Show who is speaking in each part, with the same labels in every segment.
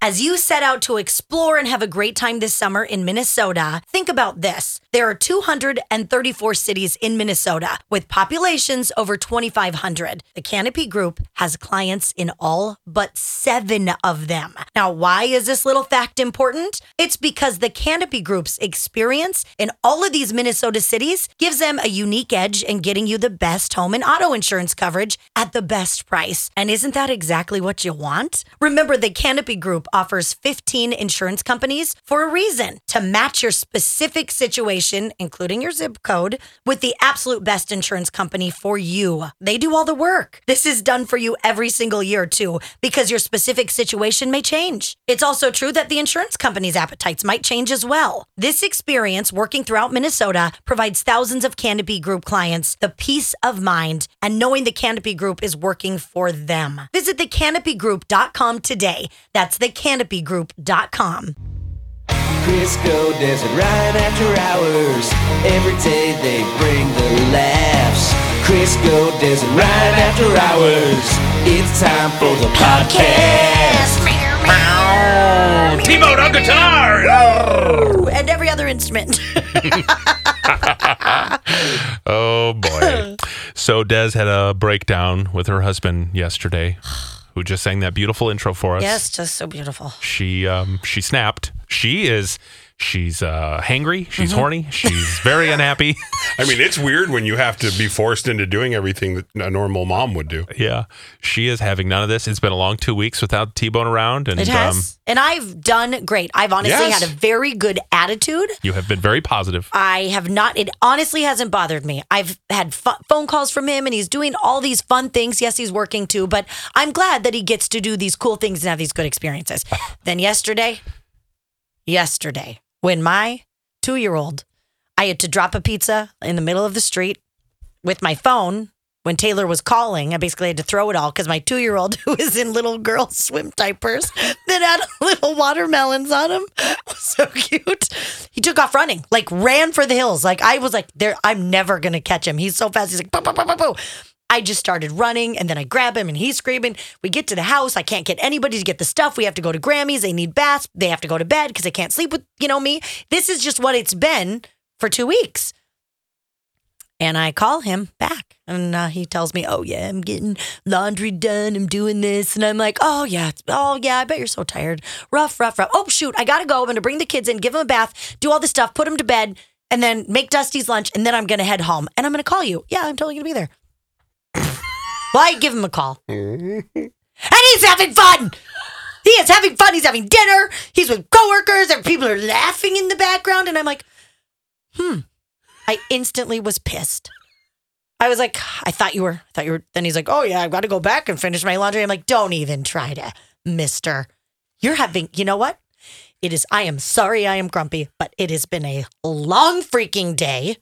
Speaker 1: As you set out to explore and have a great time this summer in Minnesota, think about this. There are 234 cities in Minnesota with populations over 2,500. The Canopy Group has clients in all but seven of them. Now, why is this little fact important? It's because the Canopy Group's experience in all of these Minnesota cities gives them a unique edge in getting you the best home and auto insurance coverage at the best price. And isn't that exactly what you want? Remember, the Canopy Group offers 15 insurance companies for a reason to match your specific situation, including your zip code, with the absolute best insurance company for you. They do all the work. This is done for you every single year, too, because your specific situation may change. It's also true that the insurance company's appetites might change as well. This experience working throughout Minnesota provides thousands of Canopy Group clients the peace of mind and knowing the Canopy Group is working for them. Visit thecanopygroup.com today. That's thecanopygroup.com.
Speaker 2: Crisco does it right after hours. Every day they bring the laughs. Crisco does it right after hours. It's time for the podcast.
Speaker 3: T-Bone on guitar.
Speaker 1: Ooh, and every other instrument.
Speaker 3: Oh boy. so Des had a breakdown with her husband yesterday, who just sang that beautiful intro for us.
Speaker 1: yes, just so beautiful.
Speaker 3: She um she snapped. She is she's uh hangry, she's
Speaker 1: Mm-hmm.
Speaker 3: horny, she's very unhappy.
Speaker 4: I mean, it's weird when you have to be forced into doing everything that a normal mom would do.
Speaker 3: yeah. She is having none of this. It's been a long two weeks without T Bone around and um,
Speaker 1: It has. and I've done great. I've honestly
Speaker 4: Yes.
Speaker 1: had a very good attitude.
Speaker 3: you have been very positive.
Speaker 1: I have not, it honestly hasn't bothered me. I've had pho- phone calls from him and he's doing all these fun things. Yes, he's working too, but I'm glad that he gets to do these cool things and have these good experiences. then yesterday, yesterday, when my two year old, I had to drop a pizza in the middle of the street with my phone when Taylor was calling. I basically had to throw it all because my two year old, who is in little girl swim diapers that had little watermelons on him, was so cute. He took off running, like ran for the hills. Like I was like, there, I'm never gonna catch him. He's so fast. He's like, "Pow, pow, pow, pow, pow." I just started running and then I grab him and he's screaming. We get to the house. I can't get anybody to get the stuff. We have to go to Grammy's. They need baths. They have to go to bed because they can't sleep with, you know, me. This is just what it's been for two weeks. And I call him back and uh, he tells me, Oh, yeah, I'm getting laundry done. I'm doing this. And I'm like, Oh, yeah. Oh, yeah. I bet you're so tired. Rough, rough, rough. Oh, shoot. I got to go. I'm going to bring the kids in, give them a bath, do all this stuff, put them to bed, and then make Dusty's lunch. And then I'm going to head home and I'm going to call you. Yeah, I'm totally going to be there. well, I give him a call. and he's having fun. He is having fun. He's having dinner. He's with coworkers. And people are laughing in the background. And I'm like, I instantly was pissed. I was like, I thought you were, I thought you were. Then he's like, oh yeah, I've got to go back and finish my laundry. I'm like, don't even try to, mister. You're having, you know what? It is, I am sorry I am grumpy, but it has been a long freaking day.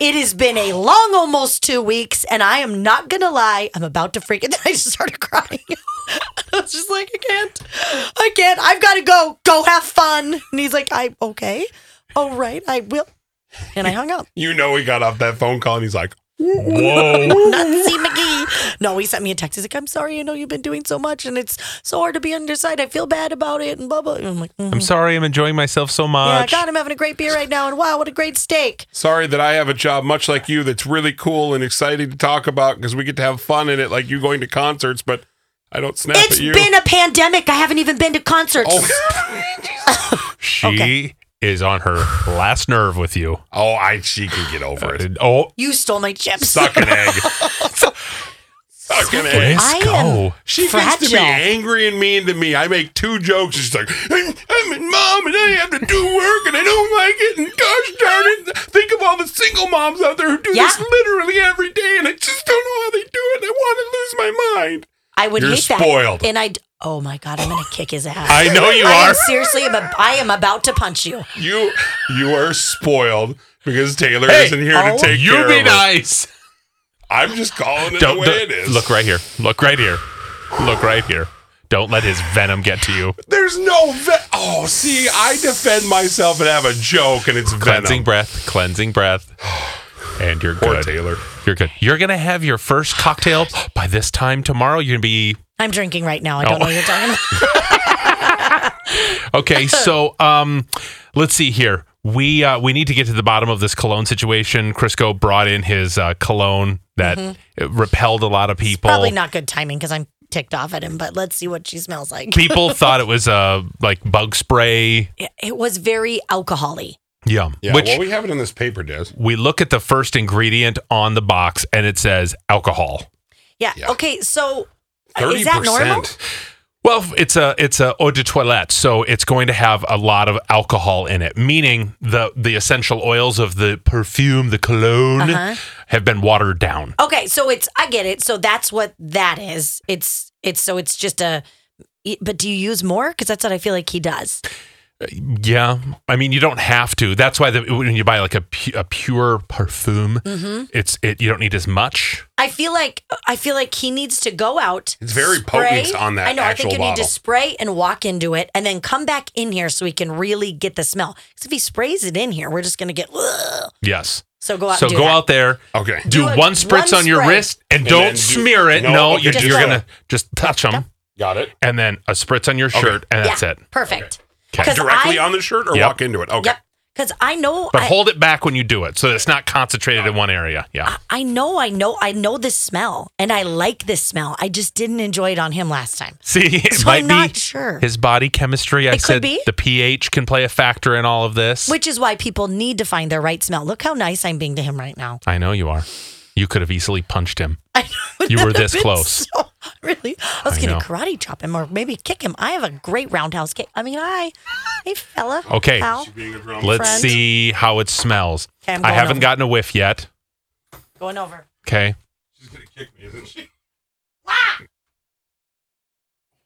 Speaker 1: It has been a long almost two weeks, and I am not gonna lie, I'm about to freak. And then I just started crying. I was just like, I can't, I can't, I've gotta go, go have fun. And he's like, I, okay, all right, I will. And I hung up.
Speaker 4: You know, he got off that phone call and he's like, "Whoa,
Speaker 1: Nutsy McGee. No, he sent me a text. He's like, I'm sorry, I know you've been doing so much and it's so hard to be on your side. I feel bad about it and blah blah. And I'm like, mm,
Speaker 3: I'm sorry I'm enjoying myself so
Speaker 1: yeah,
Speaker 3: much.
Speaker 1: God, I'm having a great beer right now and wow, what a great steak.
Speaker 4: sorry that I have a job much like you that's really cool and exciting to talk about because we get to have fun in it, like you going to concerts, but I don't snap
Speaker 1: It's
Speaker 4: at you." Oh,
Speaker 1: been a pandemic. I haven't even been to concerts.
Speaker 3: Oh. she is on her last nerve with you.
Speaker 4: oh, I she can get over it.
Speaker 3: Oh,
Speaker 1: You stole my chips.
Speaker 4: Suck an egg. Suck an egg.
Speaker 3: let's
Speaker 1: I
Speaker 3: go.
Speaker 1: am-
Speaker 4: She gets to
Speaker 1: Fragile.
Speaker 4: be angry and mean to me. I make two jokes. and She's like, I'm, I'm a mom and I have to do work and I don't like it. And gosh darn it. Think of all the single moms out there who do
Speaker 1: Yeah.
Speaker 4: this literally every day and I just don't know how they do it. I want to lose my mind.
Speaker 1: I would
Speaker 4: You're
Speaker 1: hate
Speaker 4: spoiled.
Speaker 1: that. And I oh my god, I'm gonna kick his ass.
Speaker 3: I know you
Speaker 1: I
Speaker 3: are.
Speaker 1: am seriously am a, I am about to punch you.
Speaker 4: You you are spoiled because Taylor
Speaker 3: Hey,
Speaker 4: isn't here
Speaker 1: oh,
Speaker 4: to take care
Speaker 3: You
Speaker 4: of
Speaker 3: be
Speaker 4: her.
Speaker 3: nice.
Speaker 4: I'm just calling it the way it is.
Speaker 3: Look right here. Look right here. Look right here. Don't let his venom get to you.
Speaker 4: There's no ve- Oh, see, I defend myself and have a joke and it's
Speaker 3: Cleansing
Speaker 4: venom.
Speaker 3: breath. Cleansing breath. And you're
Speaker 4: Poor
Speaker 3: good.
Speaker 4: Taylor.
Speaker 3: You're good. You're gonna have your first cocktail by this time tomorrow. You're gonna be
Speaker 1: I'm drinking right now. I don't
Speaker 3: Oh.
Speaker 1: know what you're talking about.
Speaker 3: Okay, so um, let's see here. We uh, we need to get to the bottom of this cologne situation. Crisco brought in his uh, cologne that it
Speaker 4: Mm-hmm.
Speaker 3: repelled a lot of people.
Speaker 1: Probably not good timing because I'm ticked off at him, but let's see what she smells like.
Speaker 3: People thought it was uh, like bug spray.
Speaker 1: It- It was very alcoholy.
Speaker 3: Yeah,
Speaker 4: Yeah,
Speaker 3: which
Speaker 4: well, we have it in this paper, Des.
Speaker 3: we look at the first ingredient on the box and it says alcohol.
Speaker 1: Yeah.
Speaker 4: Yeah.
Speaker 1: Okay. So uh,
Speaker 4: 30%.
Speaker 1: is that normal?
Speaker 3: Well, it's a it's a eau de toilette, so it's going to have a lot of alcohol in it. Meaning the the essential oils of the perfume, the cologne,
Speaker 1: Uh-huh.
Speaker 3: have been watered down.
Speaker 1: Okay. So it's I get it. So that's what that is. It's it's so it's just a. But do you use more? Because that's what I feel like he does.
Speaker 3: Yeah, I mean you don't have to. That's why the, when you buy like a, pu- a pure perfume,
Speaker 1: Mm-hmm.
Speaker 3: it's it you don't need as much.
Speaker 1: I feel like I feel like he needs to go out.
Speaker 4: It's very potent on that
Speaker 1: I know. I think
Speaker 4: actual
Speaker 1: you need
Speaker 4: bottle.
Speaker 1: to spray and walk into it, and then come back in here so he can really get the smell. Because if he sprays it in here, we're just gonna get. Ugh.
Speaker 3: Yes.
Speaker 1: So go out.
Speaker 3: So
Speaker 1: and do
Speaker 3: go
Speaker 1: that.
Speaker 3: out there,
Speaker 4: Okay.
Speaker 3: do,
Speaker 1: Do a-
Speaker 3: one spritz
Speaker 1: one
Speaker 3: on your
Speaker 1: spray.
Speaker 3: wrist, and,
Speaker 4: And
Speaker 3: don't
Speaker 4: then do-
Speaker 3: smear it.
Speaker 4: no,
Speaker 3: No,
Speaker 4: okay,
Speaker 3: you're,
Speaker 1: just
Speaker 3: you're
Speaker 1: spray.
Speaker 3: gonna just touch them,
Speaker 4: Got it.
Speaker 3: and then a spritz on your shirt, and that's
Speaker 1: yeah,
Speaker 3: it.
Speaker 1: Perfect.
Speaker 3: Okay.
Speaker 1: 'Cause
Speaker 4: Directly
Speaker 1: I-
Speaker 4: on the shirt or
Speaker 3: Yep.
Speaker 4: walk into it? Okay.
Speaker 1: Yep. Because I know.
Speaker 3: But
Speaker 1: I,
Speaker 3: hold it back when you do it so that it's not concentrated in one area. Yeah.
Speaker 1: I know, I know, I know this smell, and I like this smell. I just didn't enjoy it on him last time.
Speaker 3: See, it
Speaker 1: So
Speaker 3: might
Speaker 1: I'm
Speaker 3: be
Speaker 1: not sure.
Speaker 3: his body chemistry. I
Speaker 1: It could
Speaker 3: said
Speaker 1: be.
Speaker 3: the pH can play a factor in all of this.
Speaker 1: Which is why people need to find their right smell. Look how nice I'm being to him right now.
Speaker 3: I know you are. You could have easily punched him.
Speaker 1: I know
Speaker 3: You
Speaker 1: that
Speaker 3: were
Speaker 1: I've
Speaker 3: this
Speaker 1: been
Speaker 3: close.
Speaker 1: so- really? I was
Speaker 3: I
Speaker 1: going
Speaker 3: know.
Speaker 1: to karate chop him or maybe kick him. I have a great roundhouse kick. I mean, hi. Hey, fella.
Speaker 3: Okay.
Speaker 1: Pal.
Speaker 4: Being a grown
Speaker 3: Let's
Speaker 1: friend.
Speaker 3: see how it smells.
Speaker 1: Okay, I'm
Speaker 3: I
Speaker 1: going
Speaker 3: haven't
Speaker 1: over.
Speaker 3: gotten a whiff yet.
Speaker 1: Going over.
Speaker 3: Okay.
Speaker 4: She's gonna kick me, isn't she?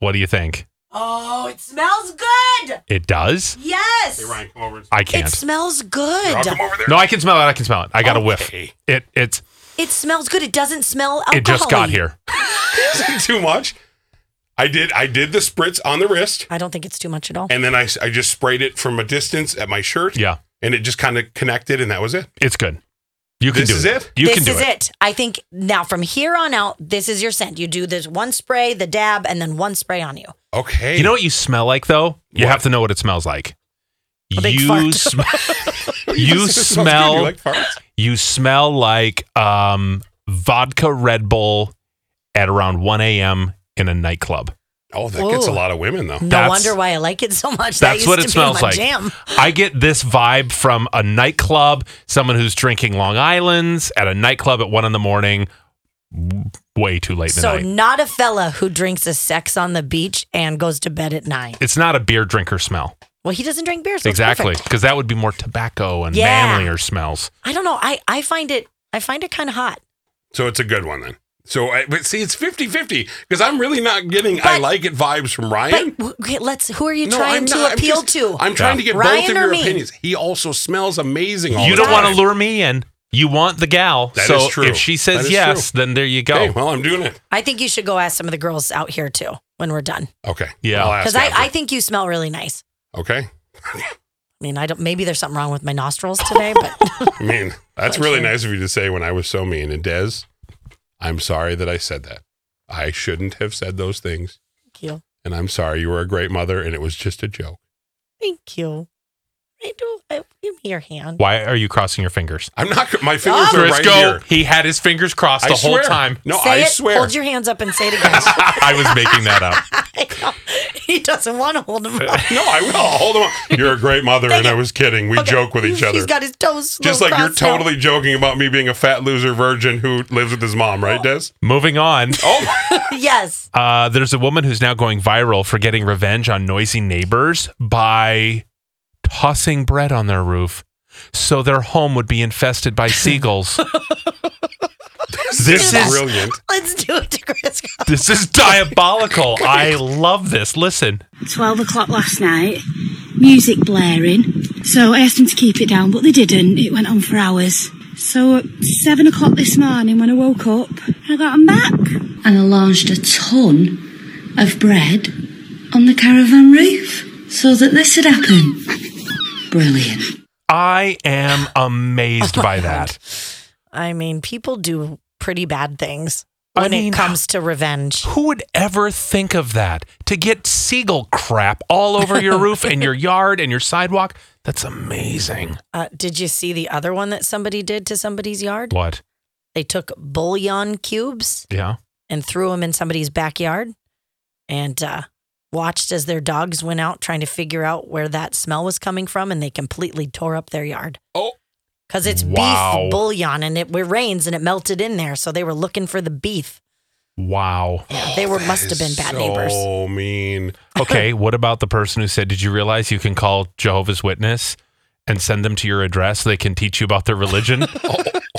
Speaker 3: What do you think?
Speaker 1: Oh, it smells good.
Speaker 3: It does?
Speaker 1: Yes.
Speaker 4: Hey Ryan, come over. And
Speaker 3: I
Speaker 1: It
Speaker 3: can't.
Speaker 1: smells
Speaker 4: I'll
Speaker 1: good.
Speaker 4: come over there.
Speaker 3: no, I can smell it. I can smell it. I got a whiff.
Speaker 4: Okay.
Speaker 3: It it's
Speaker 1: It smells good. It doesn't smell alcohol.
Speaker 3: it just got here.
Speaker 4: too much. I did. I did the spritz on the wrist,
Speaker 1: I don't think it's too much at all.
Speaker 4: and then I, s- I just sprayed it from a distance at my shirt.
Speaker 3: Yeah.
Speaker 4: and it just kind of connected, and that was it.
Speaker 3: It's good. You can
Speaker 4: This
Speaker 3: do
Speaker 4: is it?
Speaker 3: You
Speaker 1: this
Speaker 3: can do
Speaker 1: is it. I think now from here on out, this is your scent. You do this one spray, the dab, and then one spray on you.
Speaker 4: Okay.
Speaker 3: You know what you smell like though? You
Speaker 4: What?
Speaker 3: have to know what it smells like.
Speaker 1: A big
Speaker 3: you
Speaker 1: fart.
Speaker 3: sm-
Speaker 4: It
Speaker 3: you
Speaker 4: smells
Speaker 3: smell
Speaker 4: good. You
Speaker 3: you,
Speaker 4: like farts?
Speaker 3: smell like um vodka Red Bull at around 1 a.m. in a nightclub.
Speaker 4: Oh, that gets a
Speaker 1: Ooh.
Speaker 4: lot of women though.
Speaker 1: No
Speaker 3: That's-
Speaker 1: wonder why I like it so much. That
Speaker 3: That's
Speaker 1: used
Speaker 3: what
Speaker 1: to
Speaker 3: it
Speaker 1: be
Speaker 3: smells
Speaker 1: my
Speaker 3: like.
Speaker 1: Jam.
Speaker 3: I get this vibe from a nightclub, someone who's drinking Long Island's at a nightclub at one in the morning, w- way too late in
Speaker 1: So
Speaker 3: the night.
Speaker 1: not a fella who drinks a sex on the beach and goes to bed at nine.
Speaker 3: It's not a beer drinker smell.
Speaker 1: Well, he doesn't drink beer, so it's
Speaker 3: Exactly.
Speaker 1: perfect.
Speaker 3: Because that would be more tobacco and
Speaker 1: Yeah.
Speaker 3: manlier smells.
Speaker 1: I don't know. I I find it I find it kind of hot.
Speaker 4: So it's a good one then. So, I, but see, it's 50 50 because I'm really not getting I
Speaker 1: But-
Speaker 4: like it vibes from Ryan.
Speaker 1: But w- okay, let's. Who are you trying to
Speaker 4: I'm
Speaker 1: appeal
Speaker 4: just-
Speaker 1: to?
Speaker 4: I'm trying to get
Speaker 1: Ryan
Speaker 4: both of
Speaker 1: or
Speaker 4: your
Speaker 1: me?
Speaker 4: opinions. He also smells amazing. All
Speaker 3: You
Speaker 4: the
Speaker 3: don't want to
Speaker 4: time.
Speaker 3: lure me in. You want the gal.
Speaker 4: That
Speaker 3: so
Speaker 4: is true.
Speaker 3: if she
Speaker 4: That
Speaker 3: says
Speaker 4: is
Speaker 3: yes, then there you go.
Speaker 4: Okay, well, I'm doing it.
Speaker 1: I think you should go ask some of the girls out here too when we're done,
Speaker 4: Okay.
Speaker 3: Yeah.
Speaker 4: I'll ask
Speaker 1: because I,
Speaker 4: after.
Speaker 1: I think you smell really nice.
Speaker 4: okay.
Speaker 1: I mean, I don't. Maybe there's something wrong with my nostrils today, but
Speaker 4: I mean, that's
Speaker 1: Bless
Speaker 4: really
Speaker 1: you.
Speaker 4: nice of you to say when I was so mean. And Des, I'm sorry that I said that. I shouldn't have said those things.
Speaker 1: thank you.
Speaker 4: And I'm sorry. You were a great mother and it was just a joke.
Speaker 1: Thank you. I do. I, give me your hand.
Speaker 3: Why are you crossing your fingers?
Speaker 4: I'm not, my fingers
Speaker 1: Oh.
Speaker 4: are right here.
Speaker 3: he had his fingers crossed
Speaker 4: I
Speaker 3: the whole
Speaker 4: swear.
Speaker 3: time.
Speaker 4: No,
Speaker 1: say
Speaker 4: I
Speaker 1: it,
Speaker 4: swear.
Speaker 1: Hold your hands up and say it again.
Speaker 3: I was making that up.
Speaker 1: I know. he doesn't want to hold them up.
Speaker 4: No, I will. Hold on. You're a great mother, and I was kidding. We
Speaker 1: Okay.
Speaker 4: joke with each other.
Speaker 1: He's got his toes.
Speaker 4: Just
Speaker 1: little
Speaker 4: like you're
Speaker 1: crossed out.
Speaker 4: totally joking about me being a fat loser virgin who lives with his mom, right, Des?
Speaker 3: Moving on.
Speaker 4: Oh,
Speaker 1: Yes.
Speaker 3: Uh, there's a woman who's now going viral for getting revenge on noisy neighbors by tossing bread on their roof so their home would be infested by seagulls. this is
Speaker 4: brilliant.
Speaker 1: Let's do it to Chris.
Speaker 3: this is diabolical. I love this. Listen.
Speaker 5: 12 o'clock last night, music blaring. So I asked them to keep it down, but they didn't. It went on for hours. So at 7 o'clock this morning, when I woke up, I got them back. And I launched a ton of bread on the caravan roof so that this had happened. Brilliant.
Speaker 3: I am amazed by that.
Speaker 1: I mean, people do pretty bad things.
Speaker 3: I
Speaker 1: when
Speaker 3: mean,
Speaker 1: it comes to revenge.
Speaker 3: Who would ever think of that? To get seagull crap all over your roof and your yard and your sidewalk? That's amazing.
Speaker 1: Uh, did you see the other one that somebody did to somebody's yard?
Speaker 3: What?
Speaker 1: They took bouillon cubes
Speaker 3: Yeah.
Speaker 1: and threw them in somebody's backyard and uh, watched as their dogs went out trying to figure out where that smell was coming from and they completely tore up their yard.
Speaker 4: Oh.
Speaker 1: Because it's
Speaker 3: Wow.
Speaker 1: beef bouillon and it, it rains and it melted in there. So they were looking for the beef.
Speaker 3: Wow.
Speaker 1: They were
Speaker 4: That
Speaker 1: must have been
Speaker 4: is
Speaker 1: bad
Speaker 4: so
Speaker 1: neighbors.
Speaker 4: mean.
Speaker 3: Okay, what about the person who said, "Did you realize you can call Jehovah's Witness and send them to your address so they can teach you about their religion?"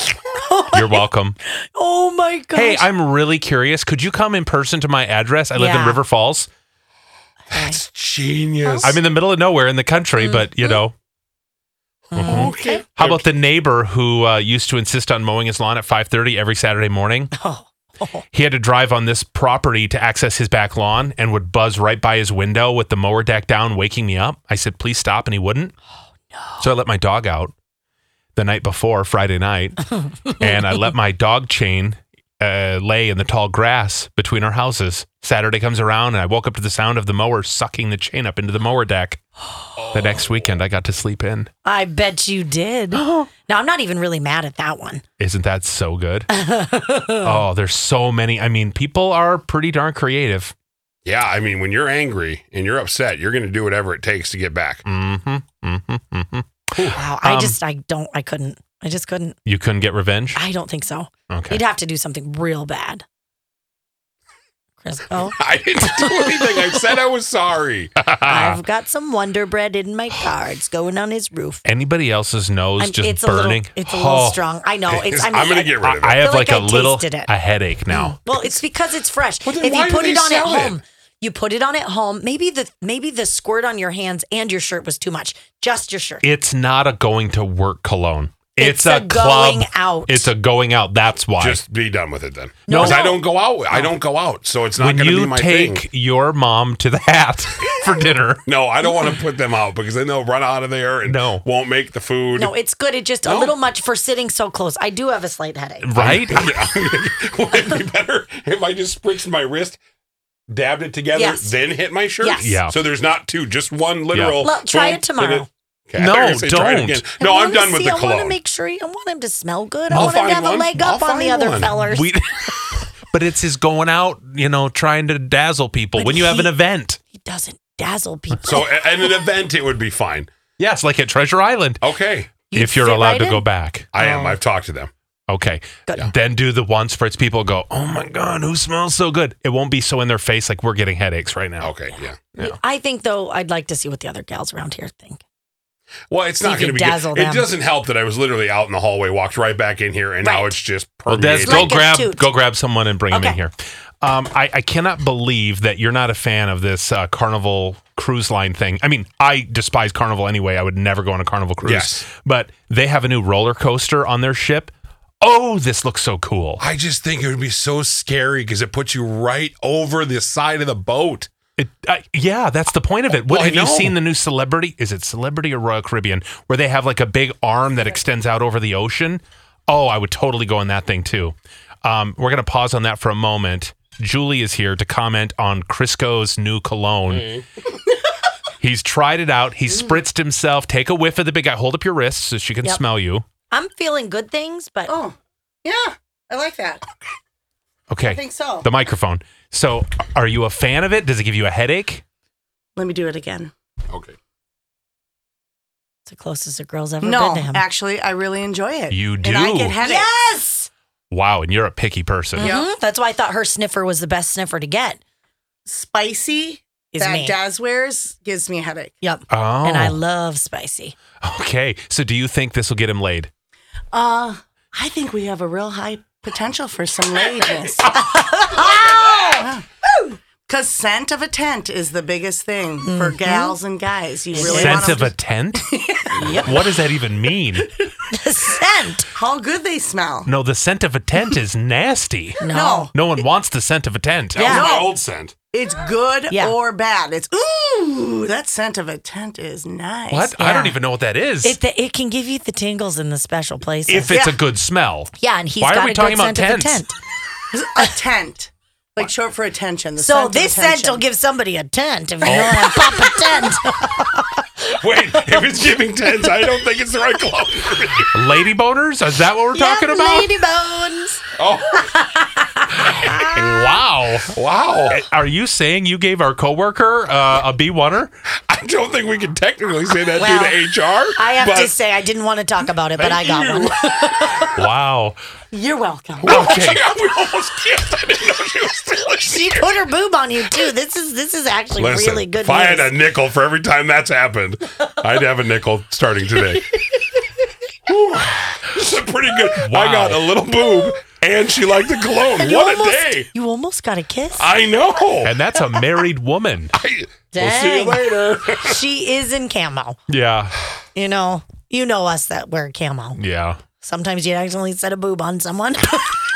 Speaker 3: You're welcome.
Speaker 1: Oh my gosh.
Speaker 3: Hey, I'm really curious. Could you come in person to my address? I live in
Speaker 1: Yeah.
Speaker 3: River Falls.
Speaker 4: It's genius.
Speaker 3: I'm in the middle of nowhere in the country,
Speaker 1: Mm-hmm.
Speaker 3: but you know, Oh,
Speaker 4: okay.
Speaker 3: how about the neighbor who uh, used to insist on mowing his lawn at 5:30 every Saturday morning?
Speaker 1: Oh.
Speaker 3: He had to drive on this property to access his back lawn and would buzz right by his window with the mower deck down, waking me up. I said, please stop, and he wouldn't. So I let my dog out the night before, Friday night, and I let my dog chain uh, lay in the tall grass between our houses. Saturday comes around, and I woke up to the sound of the mower sucking the chain up into the mower deck. The next weekend, I got to sleep in.
Speaker 1: I bet you did. now, I'm not even really mad at that one.
Speaker 3: Isn't that so good? oh, there's so many. I mean, people are pretty darn creative.
Speaker 4: Yeah, I mean, when you're angry and you're upset, you're going to do whatever it takes to get back.
Speaker 3: Mm-hmm. Mm-hmm. Mm-hmm.
Speaker 1: Wow. I
Speaker 3: Um,
Speaker 1: just, I don't, I couldn't. I just couldn't.
Speaker 3: You couldn't get revenge?
Speaker 1: I don't think so.
Speaker 3: Okay.
Speaker 1: You'd have to do something real bad. Chris, oh,
Speaker 4: I didn't do anything. I said I was sorry.
Speaker 3: Ah.
Speaker 1: I've got some Wonder Bread in my car. It's going on his roof.
Speaker 3: Anybody else's nose
Speaker 1: I'm-
Speaker 3: just
Speaker 1: it's
Speaker 3: burning?
Speaker 1: a little, it's a little
Speaker 3: Oh,
Speaker 1: strong. I know. It's, I
Speaker 4: I'm
Speaker 1: mean,
Speaker 4: gonna
Speaker 1: I-
Speaker 4: get rid
Speaker 3: I,
Speaker 4: of it.
Speaker 3: I have
Speaker 1: feel like
Speaker 3: like,
Speaker 1: I
Speaker 3: a little
Speaker 1: tasted it. Mm.
Speaker 3: a headache now.
Speaker 1: Well, it's because it's fresh.
Speaker 4: Well, then
Speaker 1: if
Speaker 4: why
Speaker 1: you
Speaker 4: do
Speaker 1: put
Speaker 4: they
Speaker 1: it on at
Speaker 4: sell it?
Speaker 1: home, you put it on at home. Maybe the maybe the squirt on your hands and your shirt was too much. Just your shirt.
Speaker 3: It's not a going to work cologne. It's,
Speaker 1: It's
Speaker 3: a,
Speaker 1: a going
Speaker 3: club.
Speaker 1: out.
Speaker 3: It's a going out. That's why.
Speaker 4: Just be done with it then.
Speaker 3: No,
Speaker 4: Because I
Speaker 3: no.
Speaker 4: don't go out. I don't go out, so it's not
Speaker 3: when
Speaker 4: going to be
Speaker 3: you
Speaker 4: my
Speaker 3: take
Speaker 4: thing.
Speaker 3: your mom to the hat for dinner,
Speaker 4: No, I don't want to put them out because then they'll run out of there and
Speaker 3: No.
Speaker 4: won't make the food.
Speaker 1: no, it's good. It just a
Speaker 4: No.
Speaker 1: little much for sitting so close. I do have a slight headache.
Speaker 3: right?
Speaker 4: Would it be better if I just spritzed my wrist, dabbed it together,
Speaker 1: Yes.
Speaker 4: then hit my shirt?
Speaker 1: Yes.
Speaker 3: Yeah.
Speaker 4: So there's not two, just one literal.
Speaker 1: Well, try
Speaker 4: boom,
Speaker 1: it tomorrow.
Speaker 4: hit Okay, I
Speaker 3: No,
Speaker 4: was gonna say try it
Speaker 3: don't.
Speaker 4: again.
Speaker 1: I
Speaker 4: No, I'm
Speaker 1: wanna
Speaker 4: done with
Speaker 1: see-
Speaker 4: the
Speaker 1: I want to
Speaker 4: cologne.
Speaker 1: make sure I want him to smell good.
Speaker 4: I'll
Speaker 1: I want him
Speaker 4: find
Speaker 1: to have
Speaker 4: one.
Speaker 1: a leg
Speaker 4: I'll
Speaker 1: up on the
Speaker 4: find
Speaker 1: other
Speaker 4: one.
Speaker 1: fellers.
Speaker 3: We, but it's his going out, you know, trying to dazzle people
Speaker 1: But
Speaker 3: when you have
Speaker 1: he-
Speaker 3: an event.
Speaker 1: he doesn't dazzle people.
Speaker 4: So a- at an event, it would be fine.
Speaker 3: Yes, like at Treasure Island,
Speaker 4: Okay,
Speaker 1: You'd
Speaker 3: if you're
Speaker 1: fit
Speaker 3: allowed
Speaker 1: right
Speaker 3: to
Speaker 1: in.
Speaker 3: go back.
Speaker 4: I am.
Speaker 1: Oh.
Speaker 4: I've talked to them.
Speaker 3: Okay.
Speaker 1: Good. Yeah.
Speaker 3: Then do the one spritz. People go, oh my God, who smells so good? It won't be so in their face like we're getting headaches right now.
Speaker 4: Okay, yeah.
Speaker 1: I think though, I'd like to see what the other gals around here think.
Speaker 4: Well, it's
Speaker 1: So
Speaker 4: not
Speaker 1: you
Speaker 4: going to
Speaker 1: can
Speaker 4: be. good.
Speaker 1: dazzle
Speaker 4: It
Speaker 1: them.
Speaker 4: doesn't help that I was literally out in the hallway, walked right back in here, and now
Speaker 1: Right.
Speaker 4: it's just
Speaker 3: Well, Des,
Speaker 4: permeating.
Speaker 3: go
Speaker 1: Like a
Speaker 3: grab
Speaker 1: toot.
Speaker 3: go grab someone and bring him in
Speaker 1: Okay.
Speaker 3: here. Um, I, I cannot believe that you're not a fan of this uh, Carnival cruise line thing. I mean, I despise Carnival anyway. I would never go on a Carnival cruise.
Speaker 4: Yes.
Speaker 3: But they have a new roller coaster on their ship. Oh, this looks so cool.
Speaker 4: I just think it would be so scary because it puts you right over the side of the boat.
Speaker 3: It, uh, yeah, that's the point of it. What,
Speaker 4: Well, I
Speaker 3: have you
Speaker 4: know.
Speaker 3: seen the new Celebrity? Is it Celebrity or Royal Caribbean where they have like a big arm that extends out over the ocean? Oh, I would totally go in that thing too. Um, we're gonna pause on that for a moment. Julie is here to comment on Crisco's new cologne.
Speaker 1: Mm.
Speaker 3: He's tried it out. He spritzed himself. Take a whiff of the big guy. Hold up your wrist so she can
Speaker 1: Yep.
Speaker 3: smell you.
Speaker 1: I'm feeling good things, but
Speaker 6: Oh, yeah. I like that.
Speaker 3: Okay.
Speaker 6: I think so.
Speaker 3: The microphone. So, are you a fan of it? Does it give you a headache?
Speaker 6: Let me do it again.
Speaker 4: Okay.
Speaker 1: it's the closest a girl's ever
Speaker 6: No,
Speaker 1: been to him.
Speaker 6: actually, I really enjoy it.
Speaker 3: You
Speaker 6: And I
Speaker 3: do.
Speaker 6: get headaches.
Speaker 1: yes.
Speaker 3: Wow, and you're a picky person.
Speaker 6: Yeah.
Speaker 1: Mhm. That's why I thought her sniffer was the best sniffer to get.
Speaker 6: Spicy
Speaker 1: Is
Speaker 6: that
Speaker 1: me.
Speaker 6: Daz wears gives me a headache.
Speaker 1: Yep.
Speaker 3: Oh.
Speaker 1: And I love spicy.
Speaker 3: Okay. So do you think this will get him laid?
Speaker 6: Uh, I think we have a real high potential for some lateness. Oh! Because scent of a tent is the biggest thing
Speaker 3: Mm-hmm.
Speaker 6: for gals and guys. You really
Speaker 3: Sense
Speaker 6: want
Speaker 3: of a tent? What does that even mean?
Speaker 1: The scent.
Speaker 6: how good they smell.
Speaker 3: No, the scent of a tent is nasty.
Speaker 1: No.
Speaker 3: No one wants the scent of a tent.
Speaker 4: That
Speaker 1: Yeah.
Speaker 4: was my
Speaker 6: No.
Speaker 4: old scent.
Speaker 6: It's good
Speaker 1: Yeah.
Speaker 6: or bad. It's ooh, that scent of a tent is nice.
Speaker 3: What? I
Speaker 1: Yeah.
Speaker 3: don't even know what that is.
Speaker 1: It it can give you the tingles in the special places.
Speaker 3: if it's
Speaker 6: Yeah.
Speaker 3: a good smell.
Speaker 1: yeah, and he's
Speaker 3: Why are
Speaker 1: got
Speaker 3: we
Speaker 1: a
Speaker 3: talking
Speaker 1: good
Speaker 3: about
Speaker 1: scent of a
Speaker 3: tents?
Speaker 1: tent.
Speaker 6: a tent, like short for attention. The
Speaker 1: So
Speaker 6: scent of
Speaker 1: this scent will
Speaker 6: attention.
Speaker 1: give somebody a tent
Speaker 3: Oh.
Speaker 1: if you don't want to pop a tent.
Speaker 4: Wait, if it's giving tens, I don't think it's the right clothes for me.
Speaker 3: Lady boners? Is that what we're talking about?
Speaker 1: lady bones.
Speaker 3: Wow.
Speaker 4: Wow.
Speaker 3: Are you saying you gave our coworker uh, a B1er?
Speaker 4: I don't think we can technically say that
Speaker 1: Well,
Speaker 4: due to HR.
Speaker 1: I have to
Speaker 4: but
Speaker 1: say, I didn't want to talk about it, but I
Speaker 4: thank
Speaker 1: got
Speaker 4: you.
Speaker 1: one.
Speaker 3: Wow.
Speaker 6: You're welcome.
Speaker 3: Okay.
Speaker 4: we almost kissed. I didn't know she was still
Speaker 1: She put her boob on you too. This is this is actually
Speaker 4: Listen,
Speaker 1: really good
Speaker 4: if I had
Speaker 1: news.
Speaker 4: a nickel for every time that's happened, I'd have a nickel starting today. Whew. this is a pretty good. I
Speaker 3: Wow.
Speaker 4: got a little boob, and she liked the cologne.
Speaker 1: And you
Speaker 4: what
Speaker 1: almost-
Speaker 4: a day!
Speaker 1: You almost got a kiss.
Speaker 4: I know.
Speaker 3: And that's a married woman.
Speaker 4: We'll see you
Speaker 1: Dang.
Speaker 4: later.
Speaker 1: she is in camo.
Speaker 3: Yeah.
Speaker 1: You know, you know us that wear camo.
Speaker 3: Yeah.
Speaker 1: Sometimes you accidentally set a boob on someone.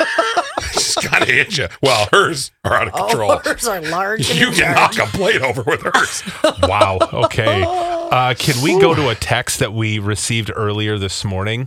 Speaker 4: She's got to hit you. Well, hers are out of control.
Speaker 1: Ours are large. and
Speaker 4: You
Speaker 1: Oh, in
Speaker 4: can
Speaker 1: charge.
Speaker 4: knock a plate over with hers.
Speaker 3: Wow. Okay. Uh, can we go to a text that we received earlier this morning?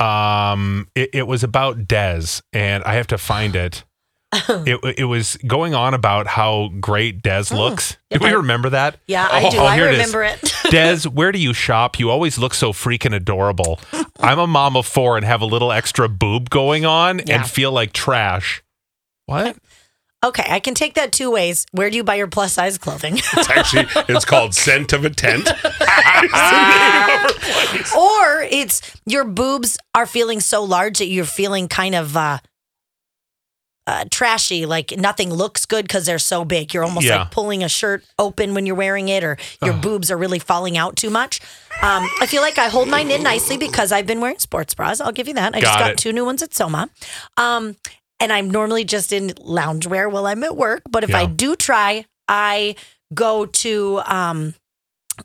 Speaker 3: Um, it, it was about Dez, and I have to find it. It, it was going on about how great Dez looks. Do we remember that?
Speaker 1: Oh, Yeah, I do.
Speaker 3: Oh,
Speaker 1: I
Speaker 3: here it is.
Speaker 1: remember it.
Speaker 3: Dez, where do you shop? You always look so freaking adorable. I'm a mom of four and have a little extra boob going on
Speaker 1: Yeah.
Speaker 3: and feel like trash. What?
Speaker 1: Okay, I can take that two ways. Where do you buy your plus size clothing?
Speaker 4: It's actually it's called scent of a tent. It's the name of her place.
Speaker 1: or it's your boobs are feeling so large that you're feeling kind of uh, uh, trashy, like nothing looks good because they're so big. You're almost
Speaker 3: Yeah.
Speaker 1: like pulling a shirt open when you're wearing it, or your boobs are really falling out too much. Um, I feel like I hold mine in nicely because I've been wearing sports bras. I'll give you that. I just
Speaker 3: Got
Speaker 1: got
Speaker 3: it.
Speaker 1: two new ones at Soma. Um, and I'm normally just in loungewear while I'm at work. But if I
Speaker 3: Yeah.
Speaker 1: do try, I go to um,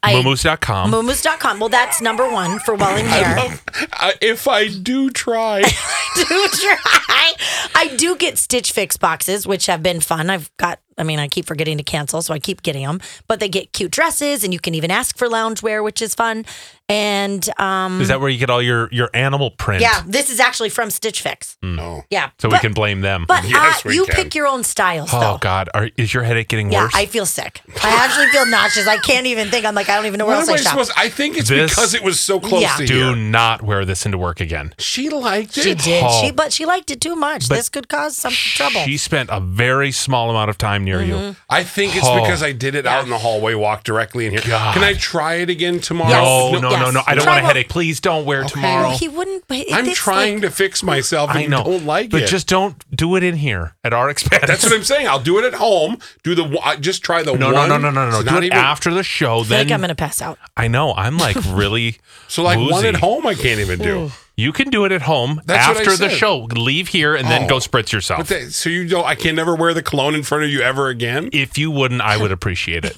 Speaker 1: I-
Speaker 3: Moomoo's.com.
Speaker 1: Moomoo's.com. Well, that's number one for while I'm here.
Speaker 4: I- if I do try,
Speaker 1: do try. I do get Stitch Fix boxes, which have been fun. I've got, I mean, I keep forgetting to cancel, so I keep getting them. But they get cute dresses, and you can even ask for loungewear, which is fun. And um,
Speaker 3: Is that where you get all your, your animal print?
Speaker 1: yeah, this is actually from Stitch Fix.
Speaker 4: no.
Speaker 1: Yeah.
Speaker 3: Oh. So we
Speaker 1: But-
Speaker 3: can blame them.
Speaker 1: But
Speaker 4: Yes,
Speaker 1: uh,
Speaker 4: we
Speaker 1: you
Speaker 4: can.
Speaker 1: pick your own styles,
Speaker 3: oh,
Speaker 1: though.
Speaker 3: God. Are, is your headache getting
Speaker 1: Yeah,
Speaker 3: worse?
Speaker 1: I feel sick. I actually feel nauseous. I can't even think. I'm like, I don't even know where else
Speaker 4: What am
Speaker 1: I
Speaker 4: I
Speaker 1: shop.
Speaker 4: supposed? I think it's
Speaker 3: This-
Speaker 4: because it was so close
Speaker 1: Yeah.
Speaker 4: to
Speaker 3: do
Speaker 4: here.
Speaker 3: not wear this into work again.
Speaker 4: She liked it.
Speaker 1: she did.
Speaker 3: Oh.
Speaker 1: She, but she liked it too much.
Speaker 3: But
Speaker 1: this could cause some trouble. Mm-hmm.
Speaker 3: She spent a very small amount of time near you.
Speaker 4: I think it's
Speaker 3: Oh.
Speaker 4: because I did it out in the hallway, walked directly in here.
Speaker 3: God.
Speaker 4: Can I try it again tomorrow?
Speaker 1: Yes.
Speaker 3: No, no,
Speaker 1: Yes.
Speaker 3: no, no. I don't
Speaker 1: Try
Speaker 3: want a
Speaker 1: what-
Speaker 3: headache. Please don't wear
Speaker 1: Well,
Speaker 3: tomorrow.
Speaker 1: he wouldn't. it-
Speaker 4: I'm
Speaker 1: it's
Speaker 4: trying
Speaker 1: like-
Speaker 4: to fix myself. And
Speaker 3: I know.
Speaker 4: Don't like
Speaker 3: but
Speaker 4: it.
Speaker 3: just don't do it in here at our expense.
Speaker 4: that's what I'm saying. I'll do it at home. Do the one- I- just try the
Speaker 3: No,
Speaker 4: one.
Speaker 3: no, no, no, no, no, no.
Speaker 4: It's
Speaker 3: Do
Speaker 4: not
Speaker 3: it
Speaker 4: even-
Speaker 3: after the show.
Speaker 1: I think
Speaker 3: Then
Speaker 1: I'm gonna pass out.
Speaker 3: I know. I'm like really.
Speaker 4: So like one
Speaker 3: woozy.
Speaker 4: at home, I can't even do.
Speaker 3: You can do it at home
Speaker 4: That's what I
Speaker 3: after the
Speaker 4: said.
Speaker 3: show. Leave here and then
Speaker 4: Oh.
Speaker 3: go spritz
Speaker 4: But
Speaker 3: yourself.
Speaker 4: that, so you don't. I can never wear the cologne in front of you ever again.
Speaker 3: if you wouldn't, I would appreciate it.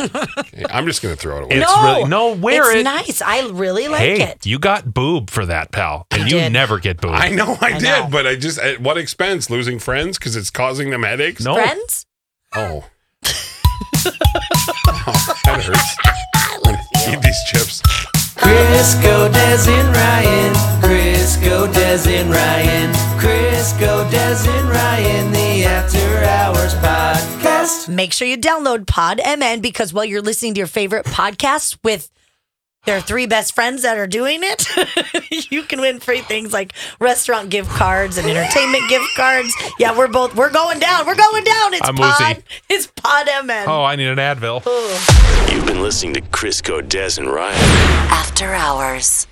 Speaker 4: I'm just gonna throw it away.
Speaker 3: It's
Speaker 1: no,
Speaker 3: really no. Wear
Speaker 1: it's
Speaker 3: it.
Speaker 1: nice. I really like
Speaker 3: hey,
Speaker 1: it.
Speaker 3: you got boob for that, pal, and you
Speaker 1: did.
Speaker 3: never get boob.
Speaker 4: I know I,
Speaker 1: I
Speaker 4: did,
Speaker 1: know.
Speaker 4: but I just at what expense? Losing friends because it's causing them headaches.
Speaker 3: No.
Speaker 1: Friends,
Speaker 4: Oh. Oh, that hurts. Eat these chips.
Speaker 2: Crisco Des and Ryan. Crisco Des and Ryan. Crisco Des and Ryan. The After Hours Podcast.
Speaker 1: make sure you download Pod MN because while you're listening to your favorite podcasts with their three best friends that are doing it, you can win free things like restaurant gift cards and entertainment gift cards. Yeah, we're both we're going down. We're going down. It's
Speaker 3: I'm
Speaker 1: Pod.
Speaker 3: woozy.
Speaker 1: It's Pod MN.
Speaker 3: Oh, I need an Advil.
Speaker 7: You've been listening to Crisco, Des, and Ryan.
Speaker 8: After hours.